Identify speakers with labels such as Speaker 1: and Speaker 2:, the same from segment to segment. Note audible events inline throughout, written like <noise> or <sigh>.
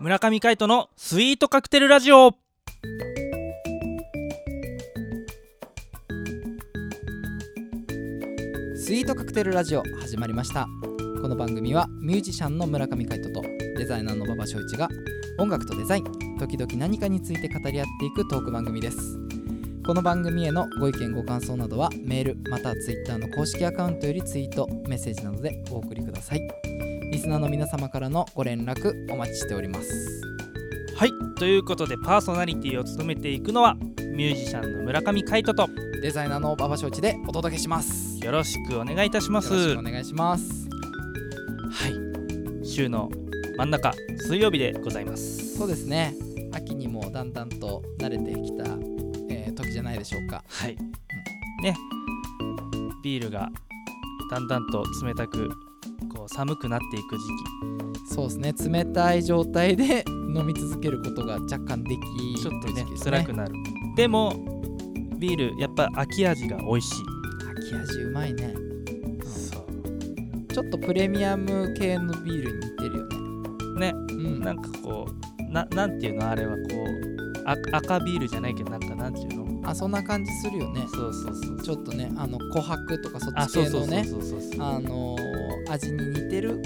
Speaker 1: 村上海人のスイートカクテルラジオ
Speaker 2: スイートカクテルラジオ始まりましたこの番組はミュージシャンの村上海人とデザイナーの馬場翔一が音楽とデザイン時々何かについて語り合っていくトーク番組ですこの番組へのご意見ご感想などはメールまたはツイッターの公式アカウントよりツイートメッセージなどでお送りくださいリスナーの皆様からのご連絡お待ちしております
Speaker 1: はいということでパーソナリティを務めていくのはミュージシャンの村上海人と
Speaker 2: デザイナーの馬場翔一でお届けしますよ
Speaker 1: よろしくお願いいたしま
Speaker 2: ろ
Speaker 1: す
Speaker 2: しくお願いします
Speaker 1: はい週の真ん中水曜日でございます
Speaker 2: そうですね秋にもだんだんと慣れてきた、えー時じゃないでしょうか
Speaker 1: はいねビールがだんだんと冷たくこう寒くなっていく時
Speaker 2: そうですね冷たい状態で <laughs> 飲み続けることが若干でき
Speaker 1: 期ちょっとね
Speaker 2: る時期です
Speaker 1: 辛くなるでもビールやっぱ秋味が美味しい
Speaker 2: 秋味うまいね
Speaker 1: そ
Speaker 2: ちょっとプレミアム系のビールに似てるよ
Speaker 1: ね
Speaker 2: ねうん
Speaker 1: なんかこうななんていうのあれはこうあ赤ビールじゃないけどなんかなんていうの
Speaker 2: あそんな感じするよね
Speaker 1: そうそうそう
Speaker 2: ちょっとねあの琥珀とかそ
Speaker 1: あ
Speaker 2: っち
Speaker 1: そう
Speaker 2: 系
Speaker 1: そう
Speaker 2: の
Speaker 1: そう
Speaker 2: ね
Speaker 1: そうそうそう
Speaker 2: あのー味に似てる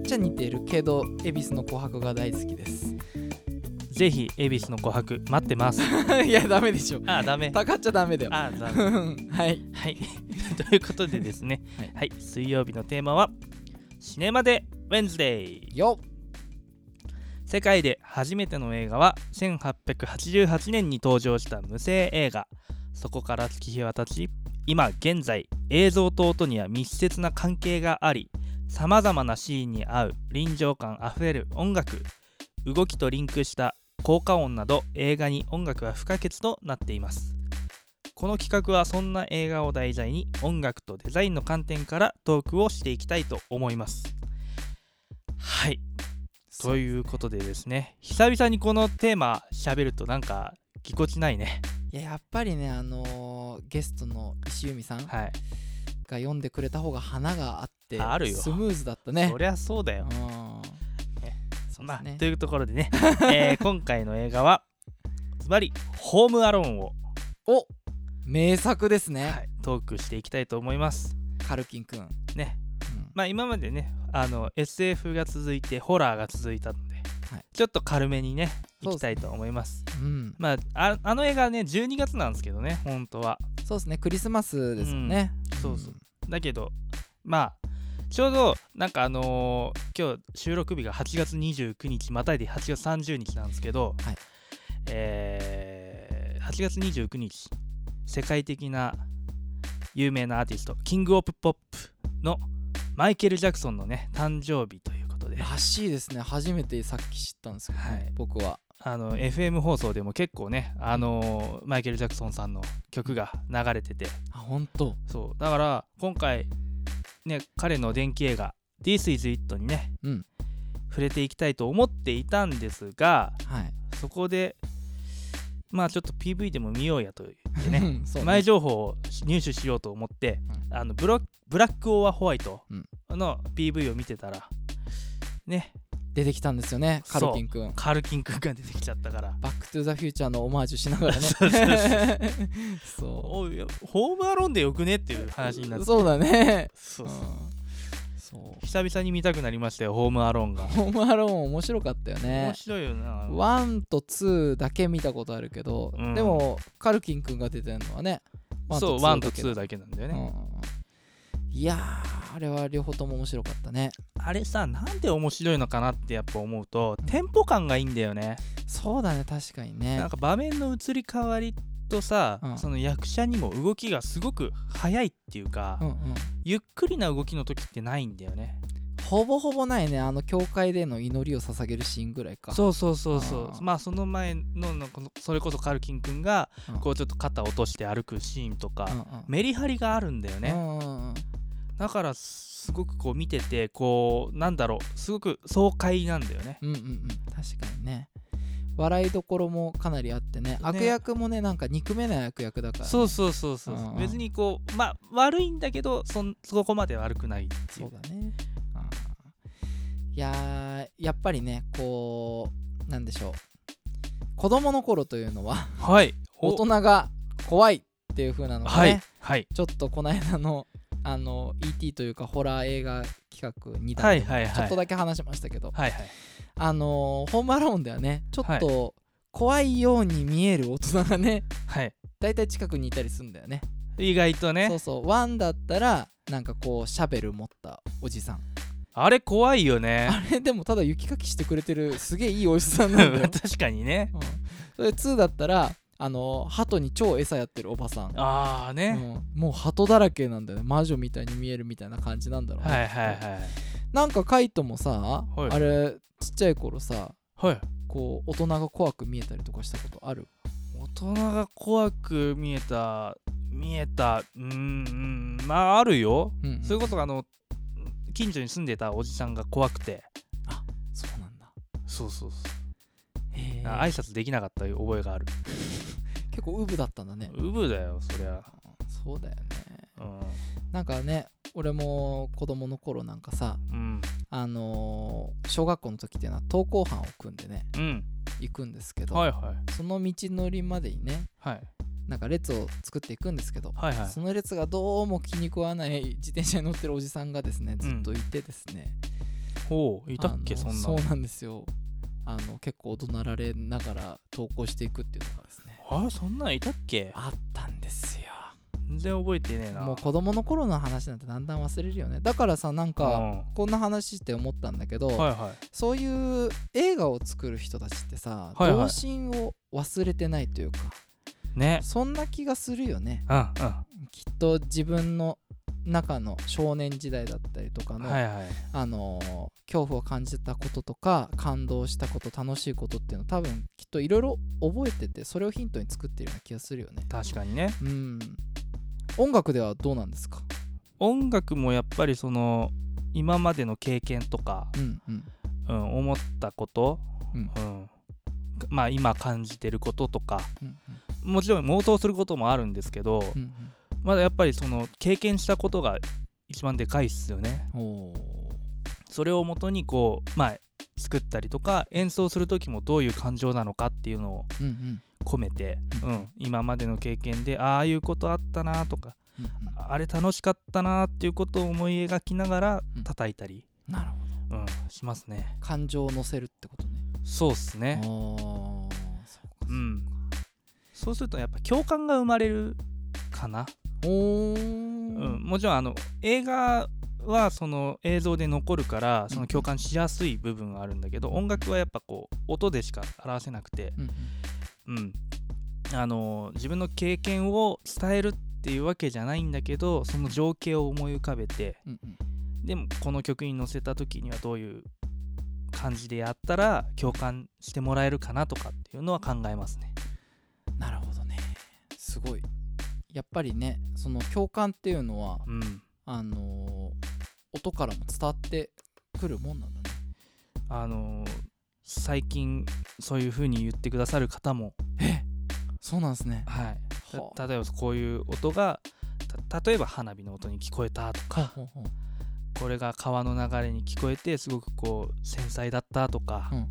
Speaker 2: っちゃ似てるけど恵比寿の琥珀が大好きです
Speaker 1: <laughs> ぜひ恵比寿の琥珀待ってます
Speaker 2: いやダメでしょ
Speaker 1: あダメ
Speaker 2: たかっちゃダメだよ
Speaker 1: <laughs> あダメ
Speaker 2: <laughs> はい
Speaker 1: <laughs> はい <laughs> ということでですね
Speaker 2: は
Speaker 1: はいい、水曜日のテーマはシネマでウェンズデイ
Speaker 2: よっ
Speaker 1: 世界で初めての映画は1888年に登場した無声映画そこから月日は経ち今現在映像と音には密接な関係がありさまざまなシーンに合う臨場感あふれる音楽動きとリンクした効果音など映画に音楽は不可欠となっていますこの企画はそんな映画を題材に音楽とデザインの観点からトークをしていきたいと思いますはいということでですね久々にこのテーマ喋るとなんかぎこちないね
Speaker 2: いややっぱりねあのーゲストの石由美さんが
Speaker 1: はい
Speaker 2: 読んでくれた方が花があって
Speaker 1: あるよ
Speaker 2: スムーズだったね
Speaker 1: そりゃそうだ
Speaker 2: う
Speaker 1: よ
Speaker 2: ん
Speaker 1: ね
Speaker 2: そうで
Speaker 1: ますあ
Speaker 2: ね
Speaker 1: というところでね、 <laughs> えー今回の映画はズバリホームアローンを、
Speaker 2: お名作です
Speaker 1: は
Speaker 2: ね、
Speaker 1: いトークしていきたいと思います
Speaker 2: カルキンくん、うん
Speaker 1: ねまあ今までねあの SF が続いてホラーが続いたので、
Speaker 2: はい
Speaker 1: ちょっと軽めにね
Speaker 2: そ
Speaker 1: いうき
Speaker 2: ですね
Speaker 1: たいと思います
Speaker 2: うん
Speaker 1: まあああの映画ね12月なんですけどね本当は
Speaker 2: そうですねクリスマスですよね、
Speaker 1: うんそうそうだけどまあちょうどなんかあのー今日収録日が8月29日またいで8月30日なんですけど、
Speaker 2: はい
Speaker 1: えー8月29日世界的な有名なアーティストキング・オブ・ポップのマイケル・ジャクソンのね誕生日ということで、
Speaker 2: らしいですね初めてさっき知ったんですけどね、
Speaker 1: はい
Speaker 2: 僕は
Speaker 1: あの FM 放送でも結構ね、あのーマイケル・ジャクソンさんの曲が流れてて
Speaker 2: あ本当
Speaker 1: そうだから今回ね彼の電気映画「This is It」にね、
Speaker 2: うん
Speaker 1: 触れていきたいと思っていたんですが
Speaker 2: はい
Speaker 1: そこでまあちょっと PV でも見ようやと言ってね
Speaker 2: そうね
Speaker 1: 前情報を入手しようと思って、あのブロブラック・オア・ホワイト
Speaker 2: うん
Speaker 1: の PV を見てたらね
Speaker 2: 出てきたんですよねカルキンくん
Speaker 1: カルキン君が出てきちゃったから。
Speaker 2: バックトゥザフューチャーのオマージュしながらね
Speaker 1: <laughs> そうそう
Speaker 2: <laughs> そう
Speaker 1: おいホームアローンでよくねっていう話になって
Speaker 2: そうだね
Speaker 1: そうそう
Speaker 2: うんそう
Speaker 1: 久々に見たくなりましたよホームアローンが
Speaker 2: ホームアローン面白かったよね
Speaker 1: 面白いよな
Speaker 2: 1と2だけ見たことあるけど、
Speaker 1: うん
Speaker 2: でもカルキンくんが出てるのはね
Speaker 1: そう1と
Speaker 2: だ
Speaker 1: 2だけなんだよ
Speaker 2: け
Speaker 1: ね、
Speaker 2: うんいやーあれは両方とも面白かったね
Speaker 1: あれさなんで面白いのかなってやっぱ思うとテンポ感がいいんだよね、
Speaker 2: そうだね確かにね
Speaker 1: なんか場面の移り変わりとさ、
Speaker 2: うん
Speaker 1: その役者にも動きがすごく速いっていうか、
Speaker 2: うんうん
Speaker 1: ゆっくりな動きの時ってないんだよね
Speaker 2: ほぼほぼないねあの教会での祈りを捧げるシーンぐらいか
Speaker 1: そうそうそうそう
Speaker 2: あー
Speaker 1: まあその前ののこのそれこそカルキン君が
Speaker 2: うん
Speaker 1: こうちょっと肩落として歩くシーンとか、
Speaker 2: うんうん
Speaker 1: メリハリがあるんだよね、
Speaker 2: うんうんうん
Speaker 1: だからすごくこう見ててこうなんだろうすごく爽快なんだよね
Speaker 2: うんうんうん確かにね笑いどころもかなりあってね悪役もねなんか憎めない悪役だからね、
Speaker 1: そうそうそうそう、
Speaker 2: うんうん
Speaker 1: 別にこうまあ悪いんだけどそんそこまで悪くないってい
Speaker 2: そう
Speaker 1: う
Speaker 2: だね、うんいやーやっぱりねこう何でしょう子供の頃というのは
Speaker 1: はい
Speaker 2: 大
Speaker 1: お
Speaker 2: 人が怖いっていう風なのがね、
Speaker 1: はいはい
Speaker 2: ちょっとこの間のあの ET というかホラー映画企画2
Speaker 1: は
Speaker 2: 弾
Speaker 1: い
Speaker 2: で
Speaker 1: はい
Speaker 2: ちょ
Speaker 1: は
Speaker 2: っ
Speaker 1: い
Speaker 2: とだけ話しましたけど、
Speaker 1: はいはい
Speaker 2: あのーホームアローンではねちょっと怖いように見える大人がね
Speaker 1: はい
Speaker 2: だいたい近くにいたりするんだよね
Speaker 1: 意外と
Speaker 2: そ
Speaker 1: ね
Speaker 2: うそうワンだったらなんかこうシャベル持ったおじさん <laughs>
Speaker 1: あれ怖いよね
Speaker 2: あれでもただ雪かきしてくれてるすげえいいおじさんなんだ
Speaker 1: <laughs>
Speaker 2: よ、
Speaker 1: 確かにね
Speaker 2: うん、それ2だったらあのー鳩に超餌やってるおばさん
Speaker 1: ああね、
Speaker 2: うん、もう鳩だらけなんだよね魔女みたいに見えるみたいな感じなんだろうね、
Speaker 1: はいはいはい
Speaker 2: なんかカイトもさ、
Speaker 1: い
Speaker 2: あれちっちゃい頃さ
Speaker 1: はい
Speaker 2: こう大人が怖く見えたりとかしたことある
Speaker 1: 大人が怖く見えた見えたうーんまああるよ、
Speaker 2: うんうん
Speaker 1: それこそあの近所に住んでたおじさんが怖くて
Speaker 2: そうなんだ
Speaker 1: そうそうそう
Speaker 2: へえ
Speaker 1: あ挨拶できなかった覚えがある
Speaker 2: 結構ウブだったんだね
Speaker 1: うぶだよそりゃ
Speaker 2: そうだよね
Speaker 1: うん、
Speaker 2: なんかね俺も子供の頃なんかさ
Speaker 1: うん
Speaker 2: あのー小学校の時っていうのは登校班を組んでね
Speaker 1: うん、
Speaker 2: 行くんですけど、
Speaker 1: はいはい
Speaker 2: その道のりまでにね
Speaker 1: はい
Speaker 2: なんか列を作っていくんですけど、
Speaker 1: はいはい
Speaker 2: その列がどうも気に食わない自転車に乗ってるおじさんがですねずっといてですね、
Speaker 1: ほういたっけ
Speaker 2: あの
Speaker 1: そんな
Speaker 2: そ
Speaker 1: の
Speaker 2: うなんですよあの結構怒鳴られながら投稿していくっていうのがですね
Speaker 1: あそんなんいたっけ
Speaker 2: あったんですよ
Speaker 1: 全然覚えてねえな
Speaker 2: もう子供の頃の話なんてだんだん忘れるよねだからさなんか、こんな話して思ったんだけど、
Speaker 1: うんはいはい
Speaker 2: そういう映画を作る人たちってさ、
Speaker 1: はいはい
Speaker 2: 童心を忘れてないというか
Speaker 1: ね
Speaker 2: そんな気がするよね
Speaker 1: うんう
Speaker 2: きっと自分の中の少年時代だったりとか
Speaker 1: ん
Speaker 2: の、
Speaker 1: はいはい
Speaker 2: あのー恐怖を感じたこととか感動したこと楽しいことっていうの多分きっといろいろ覚えててそれをヒントに作ってるような気がするよね
Speaker 1: 確かにね
Speaker 2: うん音楽ではどうなんですか
Speaker 1: 音楽もやっぱりその今までの経験とか、
Speaker 2: うんうん
Speaker 1: うん、思ったこと、
Speaker 2: うん
Speaker 1: うん、まあ今感じてることとか
Speaker 2: うん
Speaker 1: もちろん妄想することもあるんですけど、
Speaker 2: うん
Speaker 1: まだやっぱりその経験したことが一番でかいっすよね
Speaker 2: うんおー
Speaker 1: それをもとにこうまあ作ったりとか演奏する時もどういう感情なのかっていうのを
Speaker 2: うんうん
Speaker 1: 込めて、
Speaker 2: う
Speaker 1: うん、今までの経験でああいうことあったなとか
Speaker 2: うんうん
Speaker 1: あれ楽しかったなっていうことを思い描きながら
Speaker 2: うん
Speaker 1: 叩いたり、
Speaker 2: なるほど
Speaker 1: うん、しますね
Speaker 2: 感情を乗せるってことね
Speaker 1: そうっす
Speaker 2: あ
Speaker 1: ね
Speaker 2: ーそうか
Speaker 1: うんそうするとやっぱ共感が生まれるかな、
Speaker 2: おー
Speaker 1: うん、もちろんあの映画はその映像で残るからその共感しやすい部分はあるんだけど音楽はやっぱこう音でしか表せなくて
Speaker 2: うんうん
Speaker 1: うん、あの自分の経験を伝えるっていうわけじゃないんだけどその情景を思い浮かべて
Speaker 2: うんうん
Speaker 1: でもこの曲に乗せた時にはどういう感じでやったら共感してもらえるかなとかっていうのは考えますね。
Speaker 2: なるほどねすごいやっぱりねその共感っていうのは
Speaker 1: うん、
Speaker 2: あのー音からも伝わってくるもんなんだね
Speaker 1: あの最近そういう風に言ってくださる方も、
Speaker 2: そうなんですね
Speaker 1: はい、
Speaker 2: は
Speaker 1: た例えばこういう音がた例えば花火の音に聞こえたとか
Speaker 2: ほうほう
Speaker 1: これが川の流れに聞こえてすごくこう繊細だったとか、
Speaker 2: うん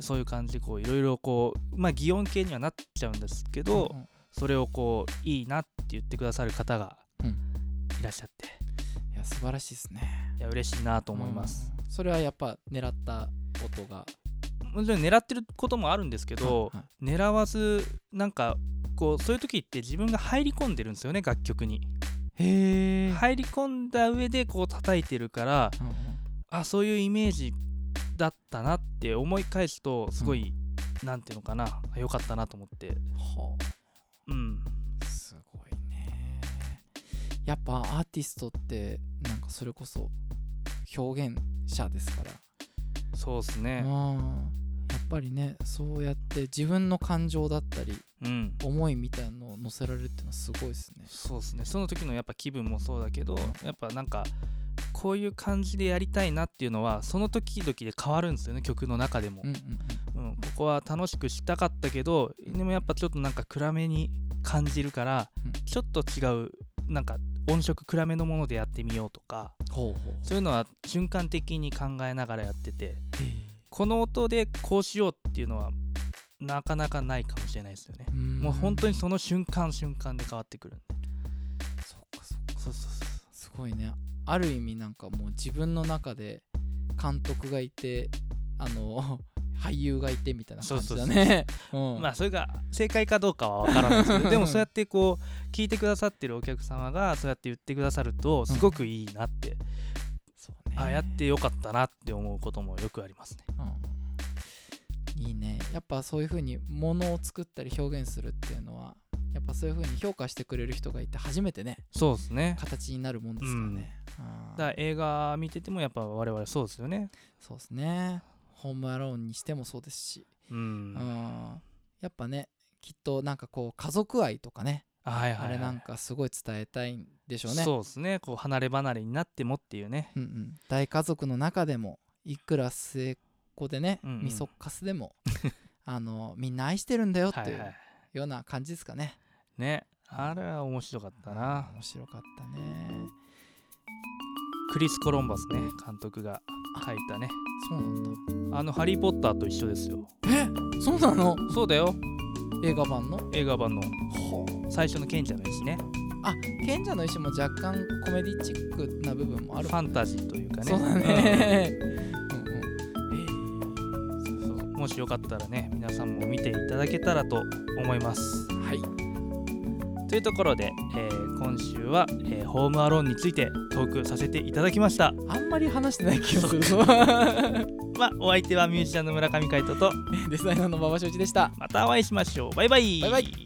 Speaker 1: そういう感じでこういろいろこうまあ擬音系にはなっちゃうんですけど、
Speaker 2: うんうん
Speaker 1: それをこういいなって言ってくださる方が
Speaker 2: うん
Speaker 1: いらっしゃって、
Speaker 2: いや素晴らしいですね
Speaker 1: いや嬉しいなと思います、、
Speaker 2: うんそれはやっぱ狙った音が
Speaker 1: もちろん狙ってることもあるんですけど、
Speaker 2: はいはい
Speaker 1: 狙わずなんかこうそういう時って自分が入り込んでるんですよね楽曲に
Speaker 2: へえ、
Speaker 1: 入り込んだ上でこう叩いてるから
Speaker 2: うんうん
Speaker 1: あそういうイメージだったなって思い返すとすごい、なんていうのかなあ良かったなと思って
Speaker 2: は
Speaker 1: うん
Speaker 2: あすごいねやっぱアーティストってなんかそれこそ表現者ですから
Speaker 1: そうですね
Speaker 2: うんやっぱりねそうやって自分の感情だったり
Speaker 1: うん
Speaker 2: 思いみたいのを乗せられるっていうのはすごいですね
Speaker 1: そうですねその時のやっぱ気分もそうだけどやっぱなんかこういう感じでやりたいなっていうのはその時々で変わるんですよね曲の中でも、
Speaker 2: うんうんう
Speaker 1: う
Speaker 2: ん
Speaker 1: んここは楽しくしたかったけどでもやっぱちょっとなんか暗めに感じるから、
Speaker 2: うん
Speaker 1: ちょっと違うなんか音色暗めのものでやってみようとか
Speaker 2: ほうほう
Speaker 1: そういうのは瞬間的に考えながらやっててこの音でこうしようっていうのはなかなかないかもしれないですよねもう本当
Speaker 2: に
Speaker 1: にその瞬間瞬間で変わってくるんで
Speaker 2: そっかそっか
Speaker 1: そうそうそう
Speaker 2: すごいねある意味なんかもう自分の中で監督がいてあの <laughs> 俳優がいてみたいな感じだねうん
Speaker 1: まあそれが正解かどうかは分からないです
Speaker 2: <laughs>
Speaker 1: けどでもそうやってこう聞いてくださってるお客様がそうやって言ってくださるとすごくいいなって、
Speaker 2: そうね
Speaker 1: ああやってよかったなって思うこともよくありますね。
Speaker 2: うんいいねやっぱそういう風にものを作ったり表現するっていうのはやっぱそういう風に評価してくれる人がいて初め
Speaker 1: <laughs>
Speaker 2: てね
Speaker 1: そうですね
Speaker 2: 形になるもんですからね、う
Speaker 1: だ
Speaker 2: ん
Speaker 1: から映画見ててもやっぱ我々そうですよね。
Speaker 2: そうですねホームアローンにしてもそうですし、
Speaker 1: う
Speaker 2: うん
Speaker 1: ん、
Speaker 2: やっぱねきっとなんかこう家族愛とかね、
Speaker 1: はいはい、はい、
Speaker 2: あれなんかすごい伝えたいんでしょうね
Speaker 1: そうですねこう離れ離れになってもっていうね
Speaker 2: うんうん、大家族の中でもいくら末っ子でね、
Speaker 1: うんうん
Speaker 2: みそっかす
Speaker 1: <laughs>
Speaker 2: でもあのみんな愛してるんだよって
Speaker 1: はいいうはい
Speaker 2: ような感じですかね。
Speaker 1: ねあれは面白かったな
Speaker 2: 面白かったね。
Speaker 1: クリス・コロンバスね監督が書いたね
Speaker 2: そうなんだ。
Speaker 1: あの「ハリー・ポッター」と一緒ですよ
Speaker 2: えそうなの
Speaker 1: そうだよ
Speaker 2: 映画版の
Speaker 1: 映画版の最初の賢者の石ね
Speaker 2: あ賢者の石も若干コメディチックな部分もある
Speaker 1: ファンタジーというかね
Speaker 2: そうだね。うんうん
Speaker 1: うんそうそうもしよかったらね皆さんも見ていただけたらと思います
Speaker 2: はい、
Speaker 1: というところで、えー今週は、えーホームアローン」についてトークさせていただきました
Speaker 2: あんまり話してない気がするぞ <laughs>
Speaker 1: まあお相手はミュージシャンの村上海人と
Speaker 2: デザイナーの馬場正一でした
Speaker 1: またお会いしましょうバイバイ
Speaker 2: バイバイ